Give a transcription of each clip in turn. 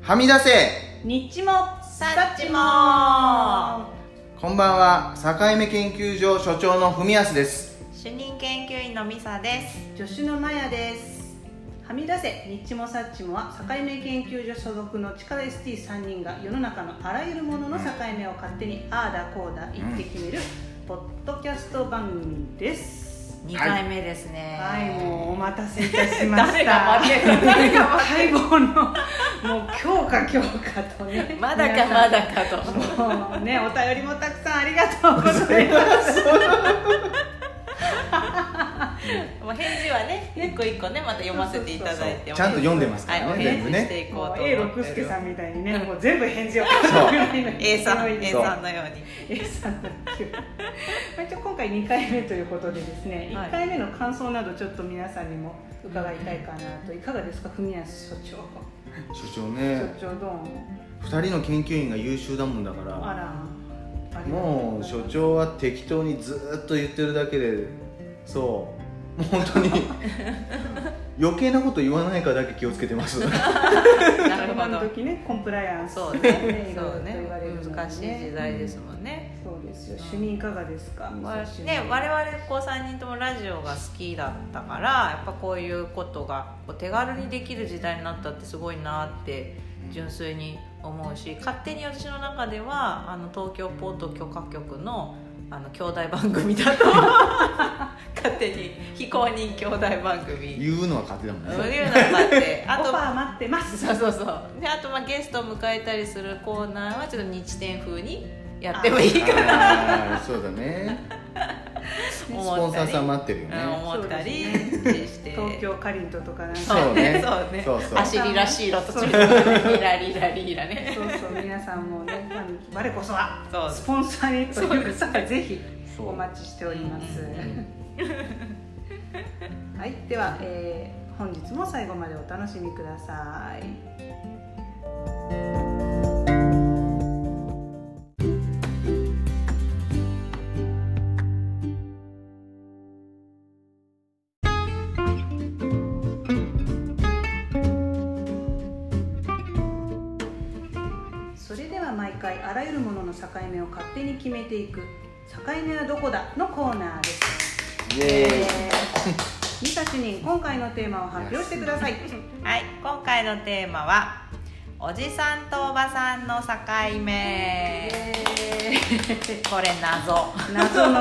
はみ出せニッチもサッチもこんばんは境目研究所所長の文康です主任研究員のミサです助手のマヤですはみ出せニッチもサッチもは境目研究所所属の力 ST3 人が世の中のあらゆるものの境目を勝手にああだこうだ言って決めるポッドキャスト番組です2回目ですねはいもうお待たせいたしました 誰が待ってる誰が待望のもう今日か今日かとね まだかまだかともうねお便りもたくさんありがとうございますもう返事はね一個一個ねまた読ませていただいちてゃんと読んでますかはいらおね、返全部事してねいこうもとう思って A 六輔さんみたいにね、うんもう全部返事をそう A さん A そうさんのように A さんの急まあ一応今回2回目ということでですね、はい1回目の感想などちょっと皆さんにも伺いたいかなといかがですか文康所長所長ね所長どう2人の研究員が優秀だもんだからあらありがとございもまうす所長は適当にずーっと言ってるだけでそう本当 に余計なこと言わないかだけ気をつけて ますな る今のほど時ねコンプライアンスそうねねそういろいろと言われるのねでね難しい時代ですもんねそうですよ主任いかがですかわ味噌汁ね、我々こう3人ともラジオが好きだったからやっぱこういうことがこう手軽にできる時代になったってすごいなって純粋に思うし勝手に私の中ではあの東京ポート許可局のあの兄弟番組だと勝手に非公認兄弟番組言うのは勝手だもんそうねいうのがあってあオフとァー待ってますそうそうそうであとまあゲストを迎えたりするコーナーはちょっと日天風にやってもいいかなあーそうだねス思ったりポンサーさん待ってるようんね思ったりして東京かりんとうとかなんかそうね そうねそうそう走りらしいろと違うリラリラリラねそうそう皆さんもね、 まあ我こそはそうスポンサーにという方はぜひそうお待ちしております。 はい、では、えー本日も最後までお楽しみください。それでは毎回あらゆるものの境目を勝手に決めていく「境目はどこだ?」のコーナーです。イエーイミサ主任、今回のテーマを発表してください。はい今回のテーマはおじさんとおばさんの境目これ謎謎の、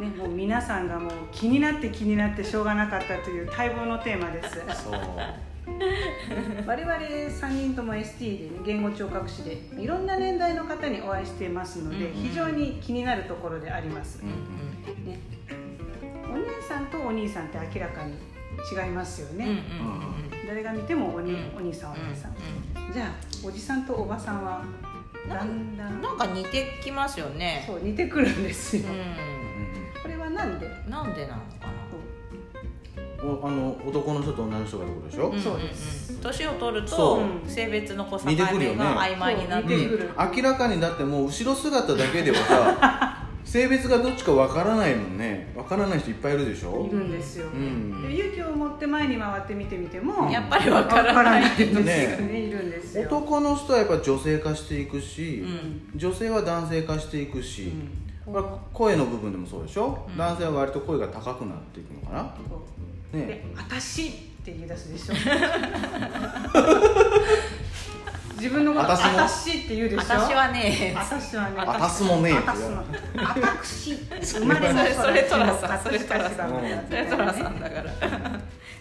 ね、もう皆さんがもう気になって気になってしょうがなかったという待望のテーマです。そう我々3人とも ST で、ね、言語聴覚士でいろんな年代の方にお会いしていますので、うんうん非常に気になるところであります、ね、お姉さんとお兄さんって明らかに違いますようんね、うんうん誰が見てもお,、にうんお兄さんお姉さん、うじゃあおじさんとおばさんはだんだんんなんか似てきますよねそう似てくるんですよ、ううこれはなんで、んなんでなのかんおあの男の人と女の人がってことでしょ、なそうですんんん年を取るとそう性別のこう境似てくるよね目が曖昧になっうてん似てくる明らかにだってもう後ろ姿だけではさ 性別がどっちかわからないもんねわからない人いっぱいいるでしょいるんですよ、うんで勇気を持って前に回って見てみてもやっぱりわからないわですよねねいるんですよ男の人はやっぱ女性化していくし、うん女性は男性化していくし、うんまあ声の部分でもそうでしょ、うん男性は割と声が高くなっていくのかな、こうでね、 「私」って言い出 すでしょ自分のこと「私も私」って言うでしょ私はね私はねあたすもねえってあたすもあたくし生まれそもれそれトラさんそ私れトラかしさがんうんそれトラさんだから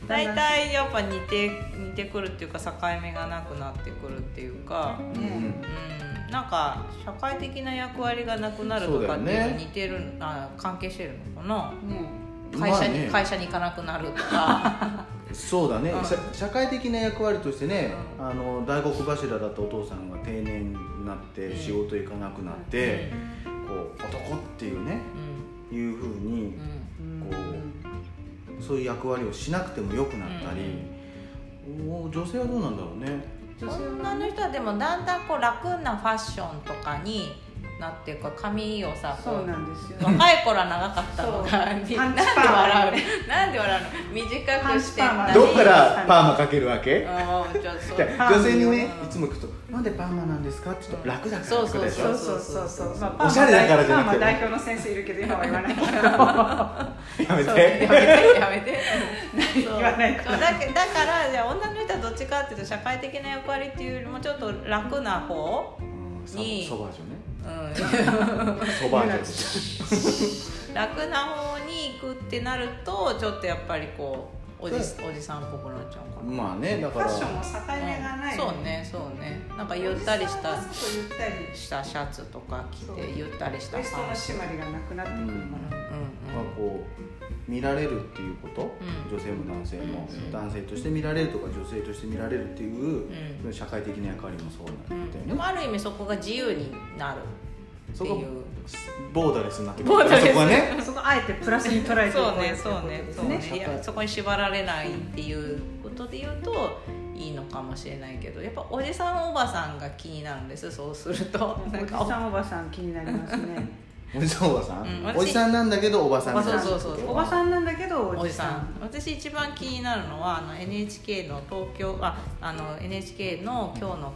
大体やっぱ似て似てくるっていうか境目がなくなってくるっていうかねうんなんか社会的な役割がなくなるとかってそうだいうよのね似てる、あ関係してるのかなね会社に、まあね会社に行かなくなる とかそうだね、うん社社会的な役割としてね、うあの大黒柱だったお父さんが定年になってうん仕事行かなくなって、こう男っていうねうんいうふうにうんうんうんこそういう役割をしなくても良くなったり、お女性はどうなんだろうね女性は女の人はでもだんだんこう楽なファッションとかになっていうか髪をさこそううなんですよ若い頃は長かったのがなんそうでパンチパーマ笑うなんで笑うの短くしてパンチパーマどっっかたらパーマかけるわけうんちょっとそうじゃあパーマ女性にねいつも行くと「なんでパーマなんですか?」って言うと楽だからとかでしそょうそうそうそう、まあ、パーマおしゃれだからじゃなくてパーマ代表の先生いるけど今は言わないけどやめそうてやめてやめて 言わないかそうだけだからじゃあ女の人はどっちかっていうと社会的な役割っていうよりもちょっと楽な方、うんそにそばじょね うん、そばじょです楽な方に行くってなるとちょっとやっぱりこうおじ,、おじさんっぽくなっちゃうかな、まあねだフかァらッションも境目がない、そうねそうねなんかゆったりしおじさんたはちょっとゆったりしたシャツとか着そうてゆったりしたウエストの感じ締まりがなくなってくるもの、まあこう見られるっていうこと、うん女性も男性も、うん男性として見られるとか女性として見られるっていう、う社会的な役割もそううんうなんんだよでね、もある意味そこが自由になるってそいこうボーダーレスになってくボーダーレスそこはねそこあえてプラスに捉えていこそうねといそうねことそうでねすいやそこに縛られないっていうことで言うといいのかもしれないけどやっぱおじさんおばさんが気になるんですそうするとなんかおじさんおばさん気になりますねおじさんおばさん、うん私おじさんなんだけどおばさんみたいなそうそうそうおばさんなんだけどおおじじささんん私一番気になるのはあの NHK の東京ああの NHK の今日の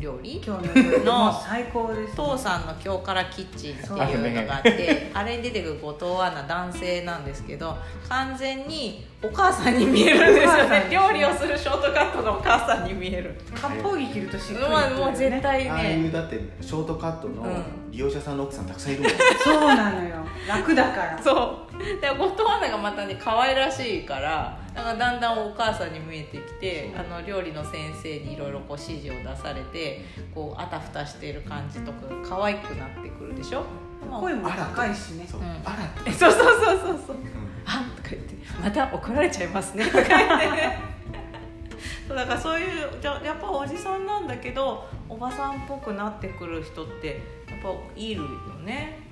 料理今日の夜のもう最高です父さんの今日からキッチンっていうのがあってあれに出てくる後藤アナ男性なんですけど完全にお母さんに見えるんですよね料理をするショートカットがお母さんに見える割烹着着るとしっくりくるまあもう絶対ああいうねだってショートカットのうん利用者さんの奥さんたくさんいるもん、そうなのよ楽だからそうで後藤アナがまたね可愛らしいからなんかだんだんお母さんに見えてきてあの料理の先生にいろいろこう指示を出されてこうあたふたしている感じとかが可愛くなってくるでしょ声も高いしねそううんあらってえ そうそうそうそうそううんあとか言ってまた怒られちゃいます ねとか言って そうだからそういうじゃやっぱおじさんなんだけどおばさんっぽくなってくる人ってやっぱいるよね、うん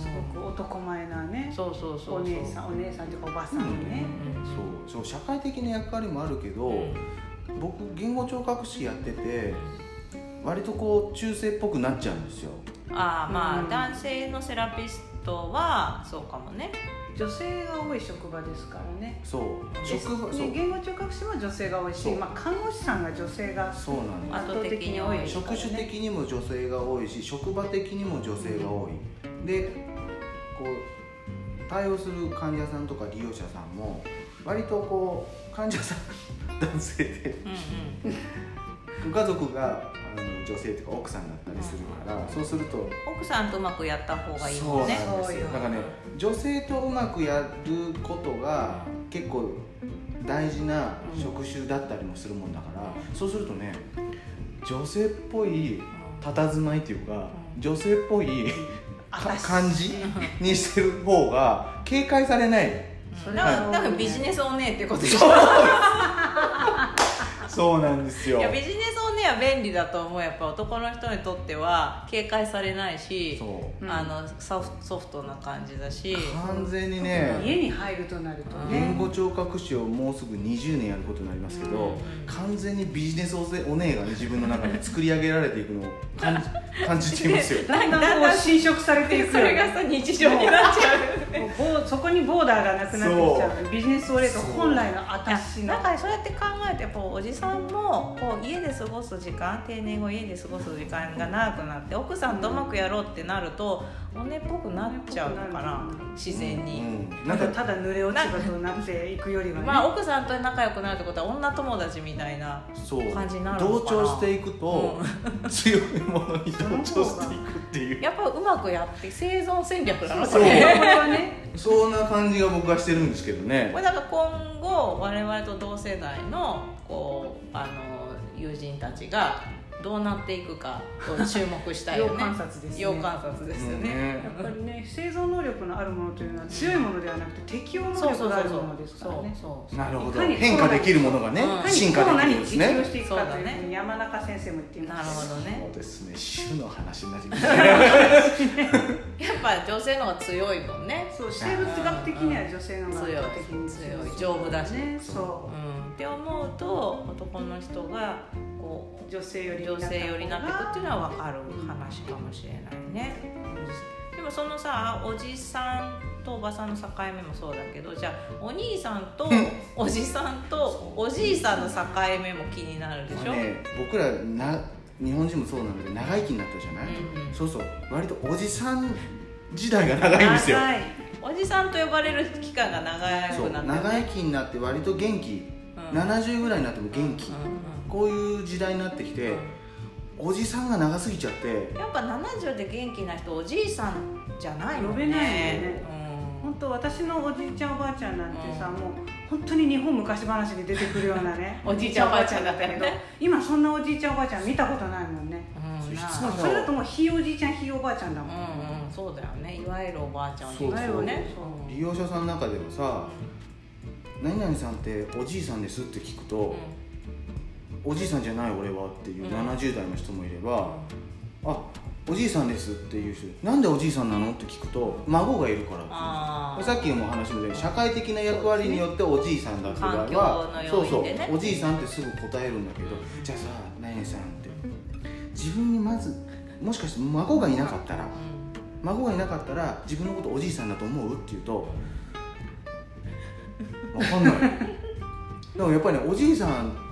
すごく男前なねそうそうそうそうお姉さんお姉さんというかおばさんのねうんそうそう社会的な役割もあるけど、うん僕言語聴覚士やってて割とこう中性っぽくなっちゃうんですよああまあ、うん男性のセラピストはそうかもね女性が多い職場ですからねそう職場でそう言語聴覚士も女性が多いしそうまあ看護師さんが女性がそうなんで圧倒的に多いあから、ね、す職種的にも女性が多いし職場的にも女性が多いでこう対応する患者さんとか利用者さんも割とこう患者さん男性でうんうんご家族があの女性とか奥さんだったりするから、そうすると奥さんとうまくやった方がいいもんねそうなんですよそうよだからね女性とうまくやることが結構大事な職種だったりもするもんだから、そうするとね女性っぽい佇まいっていうかうん女性っぽいか私感じにしてる方が警戒されないうんれだはそからうだからビジネスお姉ってことでしょそうなんですよいやビジネスオンエア便利だと思うやっぱ男の人にとっては警戒されないしそううんあのソフソフトな感じだし完全に家ねに入るとなると言ね語聴覚士をもうすぐ20年やることになりますけど、うん完全にビジネスおせお姉がね自分の中で作り上げられていくのを感じ 感じていますよだんだんこう侵食されていくそよれがねさ日常になっち ゃうもうボーそこにボーダーがなくなってきちゃうビジネスオレートそう本来のいや私のだからそうやって考えてやっぱおじさんもこう家で過ごす時間定年後家で過ごす時間が長くなって奥さんとうまくやろうってなるとおねっぽくなっちゃうのかな自然に。うん、ななんんかかただ濡れ落ち葉となっていくよりはね、まあ、奥さんと仲良くなるってことは女友達みたいなそう感じになるの同かな調していくと、強いものに同調していくっていうやっぱうまくやって生存戦略なのそうここれれはねそんな感じが僕はしてるんですけどねこれだから今後我々と同世代のこうあの友人たちがどうなっていくかを注目したいよね 要観察ですね要観察ですよね、やっぱりね生存能力のあるものというのは強いものではなくて適応能そうそ力うがそあうるそうものですからねそううんなるほどいかに変化できるものがね、うん進化できるんですいかにコロねナに適応していくかというそうだふうねに山中先生も言っていなまるすほどそねうですね週の話になりますねやっぱ女性の方が強いもんねそう生物学的には女性の方が強い圧倒的に強い丈夫だしねそうそうんって思うと男の人がこう女性より女性寄りになってくっていうののは分かる話かもしれないね、でもそのさおじさんとおばさんの境目もそうだけどじゃあお兄さんとおじさんとおじいさんの境目も気に なるでしょ、ね僕らな日本人もそうなんだけど長生きになったじゃない、うんうんそうそう割とおじさん時代が長いんですよ長いおじさんと呼ばれる期間が長そうくなってね長生きになって割と元気、うん70ぐらいになっても元気、うこういう時代になってきんうんて、おじさんが長すぎちゃってやっぱ70で元気な人おじいさんじゃないも呼んねべないよねうん本当私のおじいちゃんおばあちゃんなんてさ、もう本当に日本昔話に出てくるようなね おじいちゃんおばあちゃんだったよね今そんなおじいちゃんおばあちゃん見たことないもんねうんいなつもうそれだともうひいおじいちゃんひいおばあちゃんだもん、うんうんそうだよねいわゆるおばあちゃんそうだよねうん利用者さんの中でもさ「何々さんっておじいさんです」って聞くと「おじいさんじゃない俺は」っていううん70代の人もいれば「あおじいさんです」っていう人「なんでおじいさんなの?」って聞くと「孫がいるから」あーさっきもお話ししたように社会的な役割によっておじいさんだって場合環境は、の要そうそ因でねうおじいさんってすぐ答えるんだけどじゃあさ何々さんって自分にまずもしかして孫がいなかったら孫がいなかったら自分のことおじいさんだと思うって言うと分 かんないでもやっぱりねおじいさん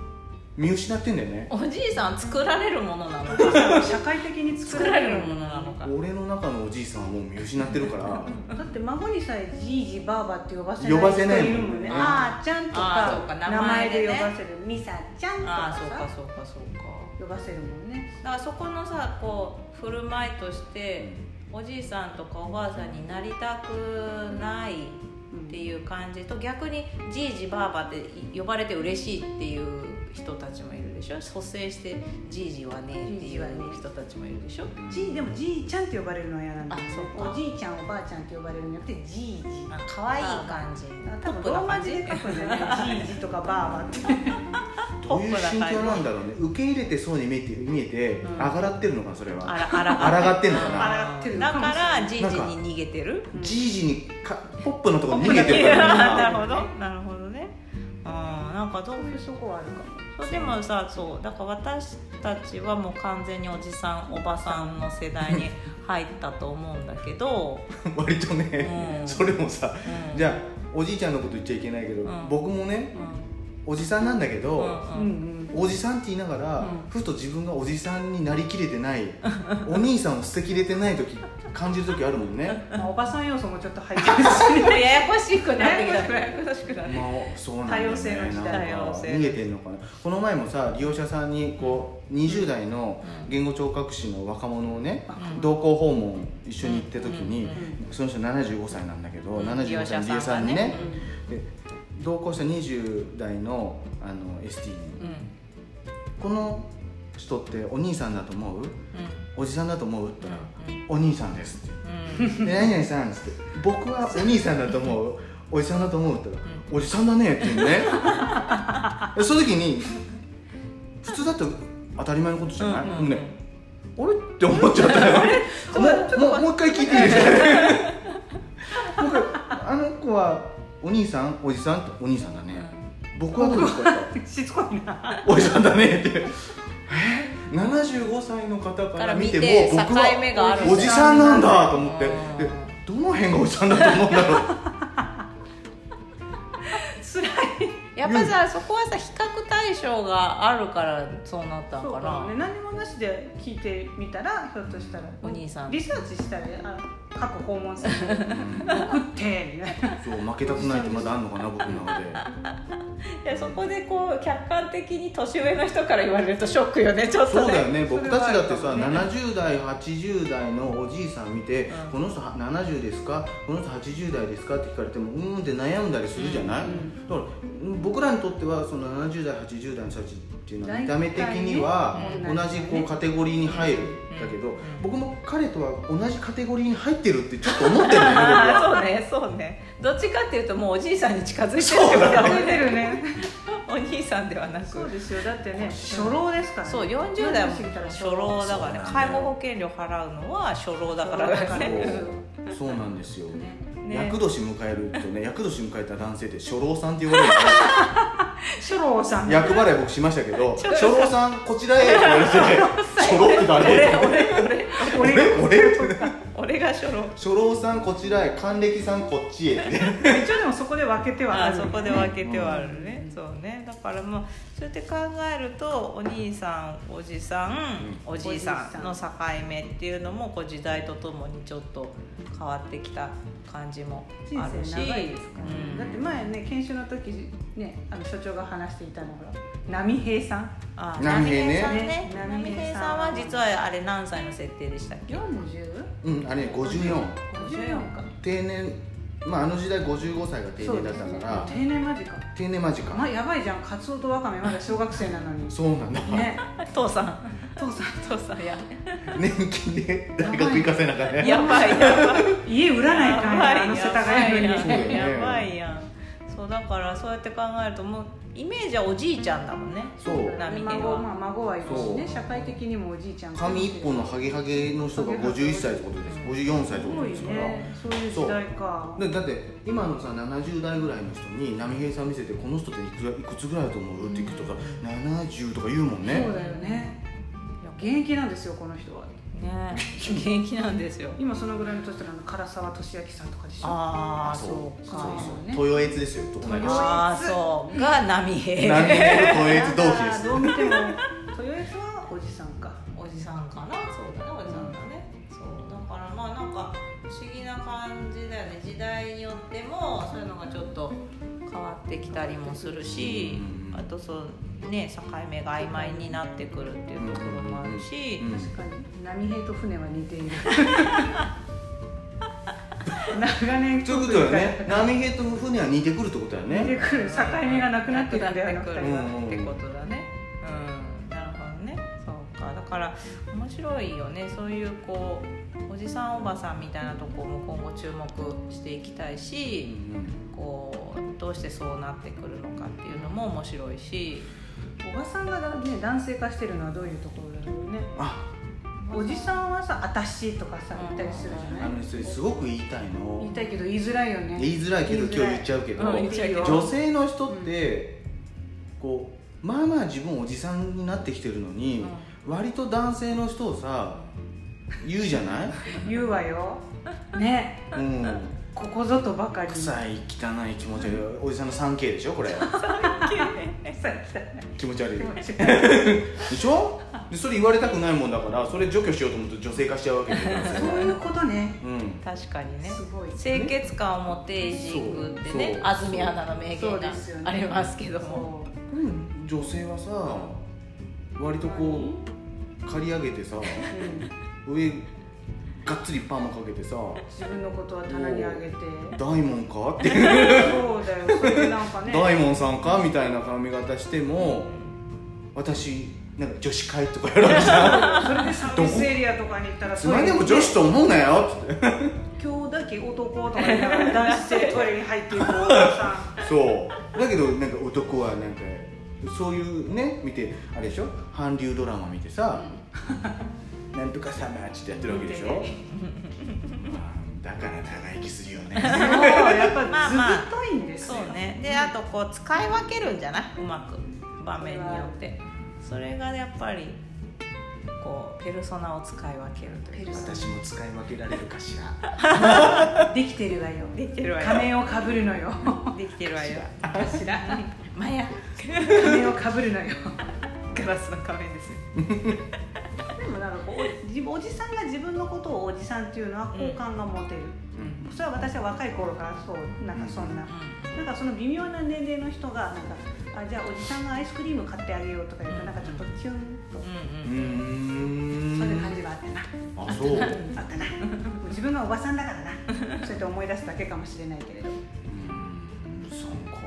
見失ってんだよねうんおじいさん作られるものなのか社会的に作作らられれるるももののなのか俺の中のおじいさんはもう見失ってるからだって孫にさえじいじばあばって呼ばせない呼ばせない人いるもんねうんあーちゃんとあーそうかか名名前前ででね呼ばせるみさちゃんとああそうかかさそうかそうか呼ばせるもんねだからそこのさこう振る舞いとしておじいさんとかおばあさんになりたくないっていう感じと逆にじいじばあばって呼ばれて嬉しいっていう人たちもいるでしょ蘇生してじいじはねっていう人たちもいるでしょじいでもじいちゃんって呼ばれるのは嫌なんだよねあそうかおじいちゃんおばあちゃんって呼ばれるんじゃなくてじいじあ可愛い感じ多分ローマ字で書くんだよねじいじとかばあばってどういう心境なんだろうね受け入れてそうに見えて見えて、うんあがらってるのかなそれあはらあらあらがってんのかなあらがってるのだかかもしれないらじいじに逃げてるうんじいじにかポップのところに逃げてるからなる今ほどなるほどねうんなんかどういうそこはあるかもそうでもさそうだから私たちはもう完全におじさんおばさんの世代に入ったと思うんだけど、割とね、うんそれもさうんじゃあおじいちゃんのこと言っちゃいけないけど、うん僕もねうおじさんなんだけど、んうんうんうんおじさんって言いながら、うんふと自分がおじさんになりきれて ないお兄さんを捨てきれてない時感じる時あるもんね、まあおばさん要素もちょっと入ってるしややこしくなってきたややこしくなまあってき、そうなんだよね多様性のなん時代か多様性逃げてんのかなこの前もさ利用者さんにこう20代の言語聴覚士の若者をねうん同行訪問一緒に行った時に、うんうんその人75歳なんだけど、う75ん歳の利用者さんに利用者さんねがねで同行した20代のあの ST に、たうんうんこの人ってお兄さんだと思うおじさんだと思うって言ったら、お兄さんですってう「んで何々さん」っつって「僕はお兄さんだと思うおじさんだと思う」って言ったら「おじさんだね」って言 うねでその時に普通だって当たり前のことじゃない、うんうんうんねあれって思っちゃったよもうもうもう一回 聞いていいですかもう一回あの子はお兄さんおじさんってお兄さんだね、僕はどうですかしつこいなおじさんだねってえ75歳の方から見てもから見て僕は境目があるおじさんなんだと思ってうでんどの辺がおじさんだと思うんだろう辛いやっぱさそこはさ比較対象があるからそうなったそのうかかなもね何もなしで聞いてみたらひょっとしたらお兄さんリサーチしたらあ各訪問先に送ってみたいな そう負けたくないってまだあんのかな僕の中でいやそこでこう客観的に年上の人から言われるとショックよねちょっとねそうだよね僕たちだってそれはさあるかもね70代80代のおじいさん見てうんこの人は70ですかこの人80代ですかって聞かれてもうーんって悩んだりするじゃないうんだから僕らにとってはその70代80代の人たちっていうのは見た目的には大体ね同じこうカテゴリーに入るうんだけうどん僕も彼とは同じカテゴリーに入ってるってちょっと思ってるんだ よね僕あはあそうねそうねどっちかっていうともうおじいさんに近づいてるってそうことだだね覚ねえてるねお兄さんではなくそうですよだってね初老ですからねそう40代も40過ぎたら初老だかそうならねんだよ介護保険料払うのは初老だか初老だかららねねそうそうなんですよね厄年迎えるとね厄年迎えた男性って初老さんって言われるよね初老郎さん役払い僕しましたけど初老さんこちらへって言われて初老って俺誰俺俺俺俺俺が初老初老さんこちらへ還暦さんこっちへって一応でもそこで分けてはあああるそこでは分けてはあるね、そうねだからまあそうやって考えるとお兄さんおじさん、おじいさんの境目っていうのもこう時代とともにちょっと変わってきた感じも人あるし生長いですからね、うんだって前ね研修の時ねあの所長が話していたのが波平さんあ波波平平ねさんね波波平さん平さんは実はあれ何歳の設定でしたっけ 40?54 うんあれ54か定年まああの時代55歳が定年だったから定年間近定年間近、まあやばいじゃんカツオとワカメまだ小学生なのにそうなんだ、ね父さん父さん父さんや年金で大学行かせなかね やばいやばい家売らないかんやあの世田谷そうだよにねやばいやんそうだからそうやって考えるともうイメージはおじいちゃんだもんねそう波平孫,、まあ、は孫はいるしねそう社会的にもおじいちゃんかも髪しれない一本のハゲハゲの人が51歳ってことです54歳ってことですすかごいら、ねそういう時代かだだって今のさ70代ぐらいの人に波平さん見せてこの人っていくらいくつぐらいだと思うって聞くとか70とか言うもんねそうだよねいや現役なんですよこの人はね元気なんですよ今そのぐらいの年だから唐沢俊明さんとかでしょああそうそうそうかそうね豊越ですよ隣の市ああそうが波平波平と豊越同期であーすどう見ても豊悦はおじさんかおじさんかなそうだねおじさんだねそうだからまあなんか不思議な感じだよね時代によってもそういうのがちょっと変わってきたりもするしうんあとそうね境目が曖昧になってくるっていうところもあるしうん確かに波平と船は似てい る長年ということだよね波平と船は似てくるってことだよ出てねくる境目がなくなってるんだよなうんくなってくるうねんうんってことだねうんなるほどねそうかだから面白いよねそういうこうおじさんおばさんみたいなとこも今後注目していきたいし、こうどうしてそうなってくるのかっていうのも面白いしおばさんがね男性化してるのはどういうところだろうねあおじさんはさ「あたし」とかさ言ったりするじあゃなのい人すごく言いたい言いのたいけど言いづらいよね言いづらいけど今日言っちゃうけどうん言っちゃうけど女性 の人ってこうまあまあ自分おじさんになってきてるのに割と男性の人をさ言うじゃない言うわよねうんここぞとばかりに臭い汚い気持ち悪いおじさんの 3K でしょこれ臭い臭い気持ち悪い気持でち悪いしょでそれ言われたくないもんだからそれ除去しようと思って女性化しちゃうわけですよ そういうことねうん確かにねすごい清潔感を持ってエイジングってそねう安住アナの名そ言うがですよねありますけどもそううん女性はさ割とこう刈り上げてさうん上がっつりパーマかけてさ自分のことは棚にあげて大門かってそうだよそれでなんか ね大門さんかみたいな髪型しても私なんか女子会とかやられてさそれでサービスエリアとかに行ったら つまんでも女子と思うなよっつって今日だけ男とか言いながら男子性トイレに入っていくお母さんそうだけどなんか男はなんかそういうね見てあれでしょ韓流ドラマ見てさ「なんとかさま」っつってやってるわけでしょ、まあだから長生きするよねそうやっぱまあずまあぶといんですそようねであとこう使い分けるんじゃないうまく場面によってそれがやっぱりこうペルソナを使い分けるという か私も使い分けられるかしらできてるわよできてるわよ仮面をかぶるの よできてるわよ知らない マヤ仮面をかぶるのよガラスの仮面ですよでもなんかこうおじおじさんが自分のことをおじさんっていうのは好感が持てる、うんそれは私は若い頃からそうなんかそんな、なんかその微妙な年齢の人がなんかあじゃあおじさんがアイスクリーム買ってあげようとか言うとうんなんかちょっとキュンとううんうんーんそういう感じはあったなあそうあったな自分がおばさんだからなそうやって思い出すだけかもしれないけれどうんそうか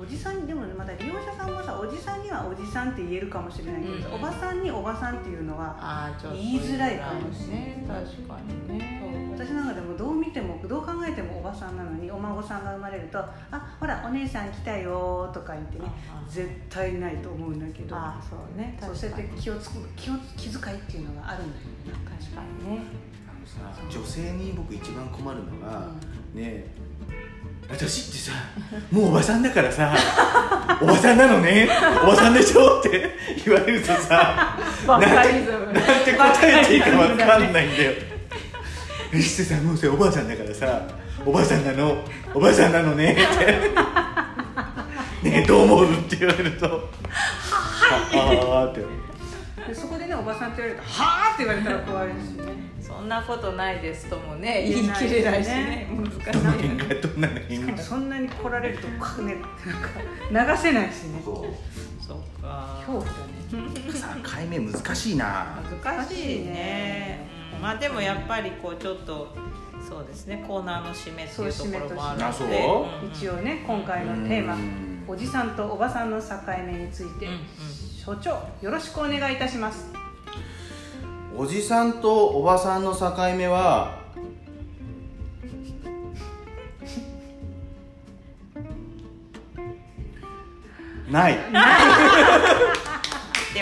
おじさんにでもまた利用者さんもさおじさんにはおじさんって言えるかもしれないけど、うんおばさんにおばさんっていうのはあーちょっと言いづらいかもしれないね確かにね私なんかでもどう見てもどう考えてもおばさんなのにお孫さんが生まれると「あほらお姉さん来たよ」とか言ってねああ絶対ないと思うんだけどあーそうねそうそうやって気をつく気を気遣いっていうのがあるんだよねなんか確かにねあのさ女性に僕一番困るのが、ねえ私ってさもうおばさんだからさ おばさんなのねおばさんでしょって言われるとさバカリズムなんて答えていいかわかんないんだよ石瀬さんもうそれおばあさんだからさおばあさんなのおばあさんなのねってねえどう思うって言われるとはああーってでそこでねおばさんって言われると「はあ?」って言われたら怖いですよねそんなことないですともね言い切れないしね難どのしい辺よねがどんなのし変かがもそんなに来られるとかねなんか流せないしねそうか恐怖だね3回目難しいな難しいね、うんまあでもやっぱりこうちょっとそうですねコーナーの締めっていうところもあるそうの締めでとんん一応ね今回のテーマうんおじさんとおばさんの境目について、うんうん所長よろしくお願いいたしますおじさんとおばさんの境目はない出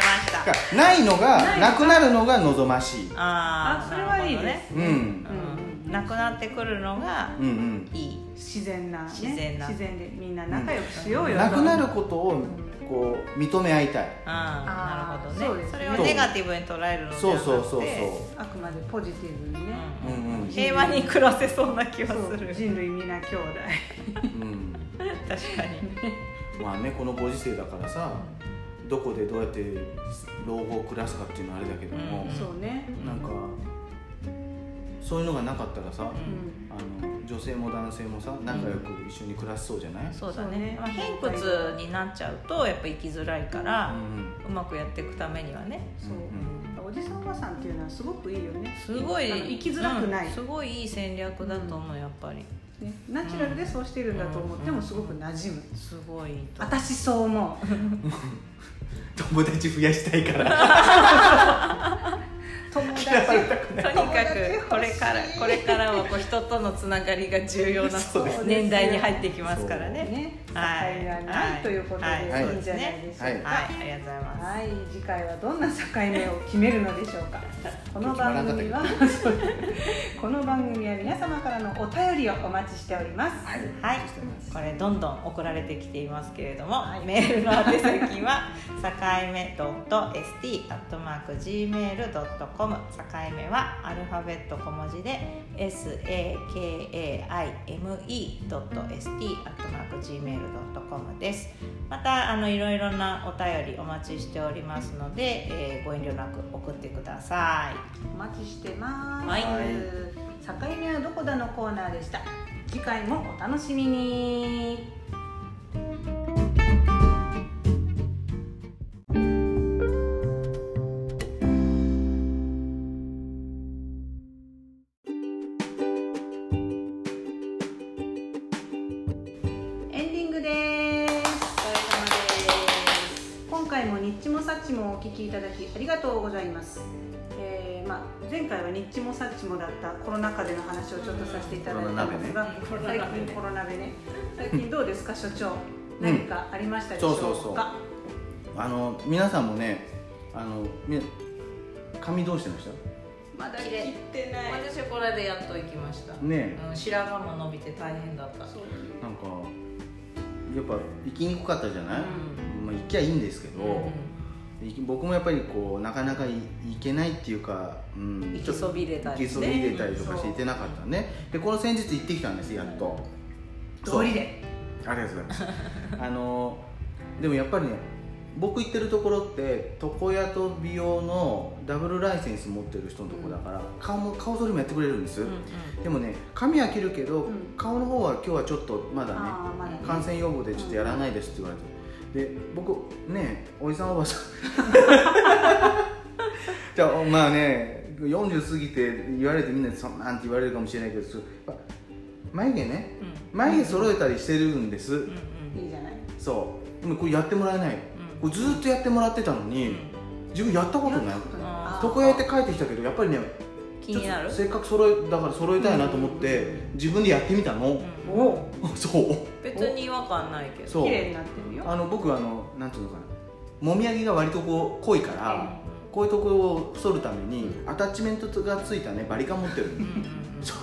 ましたないのがなくなるのが望ましい、ああーそれはいいですうねんな、るほどねうんなくなってくるのがうんうんいい自然な、ね、自然なでみんな仲良くしようよ、なくなることをこう認め合いたいあーなるほそうでどねすそねれをネガティブに捉えるのではなくてそうそうそうそうあくまでポジティブにね、うんうん平和に暮らせそうな気はそうする人類皆兄弟うん確かにまあねこのご時世だからさどこでどうやって老後を暮らすかっていうのはあれだけども、うんそうね、なんかそういうのがなかったらさ、うんあの女性も男性もさ仲良く一緒に暮らしそうじゃない、うんそうだそうねねまあ偏屈になっちゃうとやっぱ生きづらいからうんうまくやっていくためにはねそう、おじさんおばさんっていうのはすごくいいよねすごいあの生きづらくない、うんすごいいい戦略だと思うやっぱりね、ナチュラルでそうしてるんだと思ってもすごく馴染む、すごいいいと私そう思う 友達増やしたいから 友達とにかくこれからこれからはこう人とのつながりが重要なそうですね年代に入ってきますからねね、境はいがないということで、はいいいんじゃないでしょうか、はいはいありがとうございますはい、次回はどんな境目を決めるのでしょう か。この番組は、この番組は皆様からのお便りをお待ちしております。はいはいそうしてますこれどんどん送られてきていますけれども、メールの宛先 は境目 .st.gmail.com 境目はアルファベット小文字で sakaime.st.gmail.com ですまたあのいろいろなお便りお待ちしておりますので、えーご遠慮なく送ってくださいお待ちしてます。はい境目はどこだのコーナーでした。次回もお楽しみに。エンディングです。お疲れ様です今回もニッチもサッチもお聞きいただきありがとうございます、えーまあ、前回はニッチもサッチもだったコロナ禍での話をちょっとさせていただいたんですが、コロナ最鍋ね近コロナでね最近どうですか所長ん何かありましたでしょうか、そうそうそうあの皆さんもねあのみ髪どうしてましまだ切ってない私はこれでやっと行きました、たねうん、白髪も伸びて大変だったそうえなんかやっぱ行きにくかったじゃない、うまあ、行きゃいいんですけど、うい僕もやっぱりこうなかなかい行けないっていうか、うん、ん行きそびれたりね行きそびれたりとかしていてなかったねでこの先日行ってきたんですやっと通りでそうありがとうございますあのでもやっぱりね僕行ってるところって床屋と美容のダブルライセンス持ってる人のとこだから、顔も顔剃りもやってくれるんです、うんうんでもね髪は切るけど、うん顔の方は今日はちょっとまだねあーまだね感染予防でちょっとやらないですって言われて、で僕ねおじさんおばさん じゃあまあね40過ぎて言われてみんなそんなんって言われるかもしれないけどそうやっぱ眉毛ねうん眉毛揃えたりしてるんです、うんうんいいじゃないそうでもこれやってもらえない、うんこれずーっとやってもらってたのに、自分やったことないあー床屋行って帰ってきたけどやっぱりね気になるちょっとせっかく揃えだから揃えたいなと思って、自分でやってみたの、うんおおそう別に違和感ないけどそう綺麗になってるよあの僕あのなんていうのかなもみあげが割とこう濃いから、うこういうところを剃るためにアタッチメントがついたねバリカン持ってるのんうんうんそ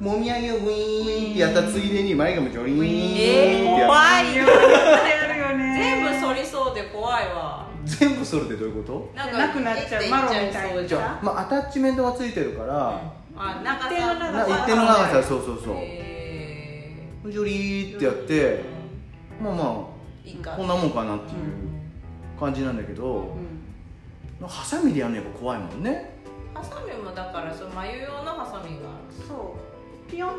もみあげをウィーンってやったついでに前髪ジョリーンってえー、や怖いよやるよね全部剃りそうで怖いわる全部それってどういうことなんなくなっちゃうマロみたいなそうじゃあ、まあ、アタッチメントがついてるから、あ一長さ定の長なさ一定の長さそうそうそう、えジョリーってやっーてまあまいいかあこんなもんかなっていう感じなんだけど、ハサミでやるのやっぱ怖いもんねハサミもだからその眉用のハサミがあそうピヨン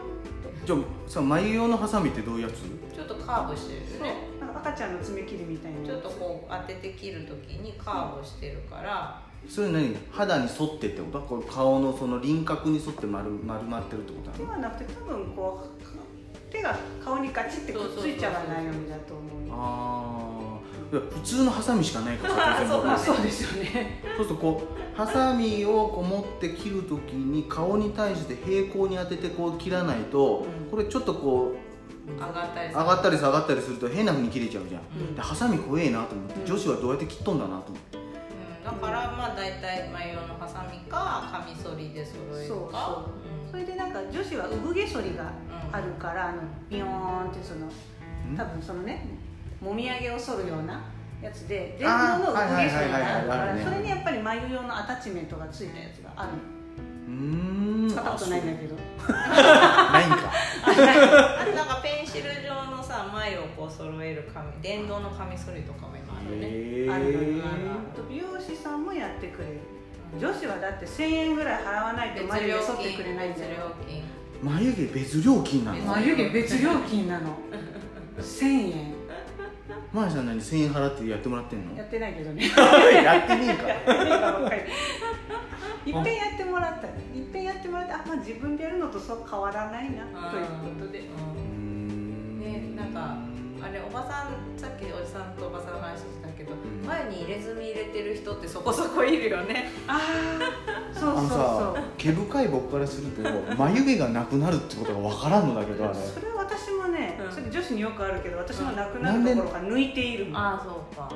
じゃあさ眉用のハサミってどういうやつるちょっとカーブしてるよねなんか赤ちゃんの爪切りみたいなちょっとこう当てて切るときにカーブしてるからそれ何肌に沿ってってことこう顔のその輪郭に沿って丸丸まってるってことなでのはなくて多分こう手が顔にガチってくっついちゃわないようにだと思うあよあ普通のハサミしかないから そうまだあねそうですよねそうするとこうハサミをこう持って切るときに顔に対して平行に当ててこう切らないと、うんこれちょっとこう上がったり上するがったり下がったりすると変な風に切れちゃうじゃん、うんでハサミ怖えなと思って、うん女子はどうやって切っとんだなと思ってうんだからまあ大体眉用のハサミかカミソリで揃えるかそううんそれでなんか女子は産毛処理があるからあのビヨーンってその多分そのねもみあげを剃るようなやつで電動の産毛処理があーあるかはいはいはいはいあるらねそれにやっぱり眉用のアタッチメントがついたやつがあるうーん使ったことないんだねけどないんかあとなんかペンシル状のさ眉をこう揃える紙電動のカミソリとかも今あるねへえあるのにあるああと美容師さんもやってくれる女子はだって1000円ぐらい払わないと眉毛剃ってくれないんだ別料よ金眉毛別料金なの別料金眉毛別料金なの 1000円マヤさん何1000円払ってやってもらってんのやってないけど ね やってねえかいっぺんやってもらったいっぺんやってもらってあまあ自分でやるのとそう変わらないなあーということでうんねなんかあれおばさんさっきおじさんとおばさんの話したけどん前に入れ墨入れてる人ってそこそこいるよねああそうあのさそ毛深い僕からすると眉毛がなくなるってことが分からんのだけどあうれそうそれは私もね、うんそれ女子によくあるけど私もなくなうんるところが抜いているもんああそうか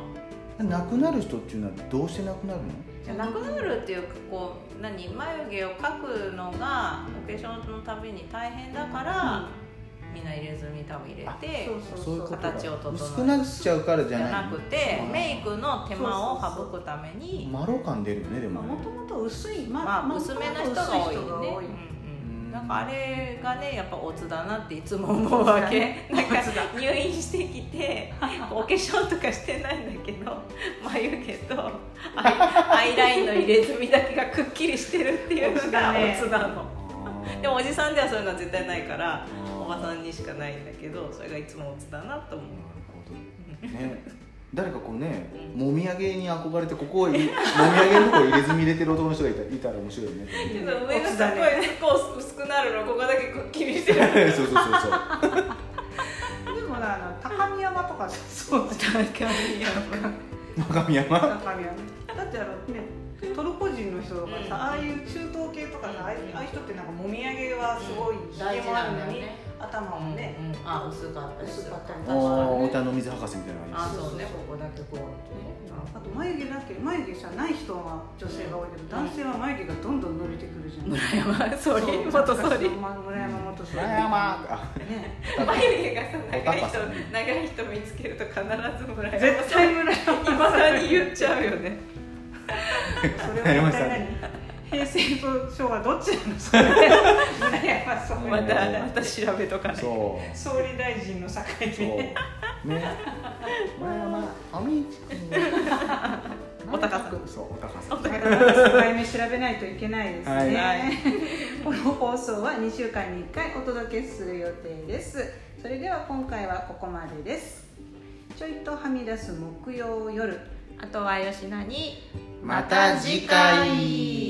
なくなる人っていうのはどうしてなくなるのじゃあなくなるっていうかこう何眉毛を描くのがお化粧のために大変だから、みんな入れ墨多分入れてそうそうそういうこと形を整える薄くなっちゃうからじじゃゃないなくてうんメイクの手間を省くためにマロ感出るよねでも、もともと薄い、ままあま薄めの人が多いよね多ういうんうんんなんかあれがねやっぱオツだなっていつも思うわけ なんか入院してき てお化粧とかしてないんだけど眉毛とアイアイラインの入れ墨だけがくっきりしてるっていうのがオツだの。でもおじさんではそういうのは絶対ないからおばさんにしかないんだけどそれがいつもオツだなと思うなるほどね誰かこうねうもみあげに憧れてここをいもみあげのとこ入れ墨入れてる男の人がいたいたら面白いよね ちょっと上がすっごいこう薄くなるのここだけくっきりしてるそうそうそうそうでもなあの高見山とかそう高いや中見山高見山だってあのねトルコ人の人とかさ、うんああいう中東系とかさ、ああいうああいう人ってなんかもみあげはすごいひ大げ事もあなるんだのよに、ね頭もね、うんうんあ薄かったり薄するかったりああお茶の水博士みたいなあ感じそうねここだけこうあと眉毛だけ眉毛さない人は女性が多いけど男性は眉毛がどんどん伸びてくるじゃん、村山総理そう元総理ま村山元総理村山あね眉毛がさ長いお高人さね長い人見つけると必ず村山絶対村山いまだに言っちゃうよねそれは一体何平成と昭和どっちなのそ れ村山総ま理たまた調べとかねそう総理大臣の境そう目ね 村山お みお高さんそうお高さん境目調べないといけないですね、はいはいこの放送は2週間に1回お届けする予定ですそれでは今回はここまでですちょいとはみ出す木曜夜あとは吉菜にまた次回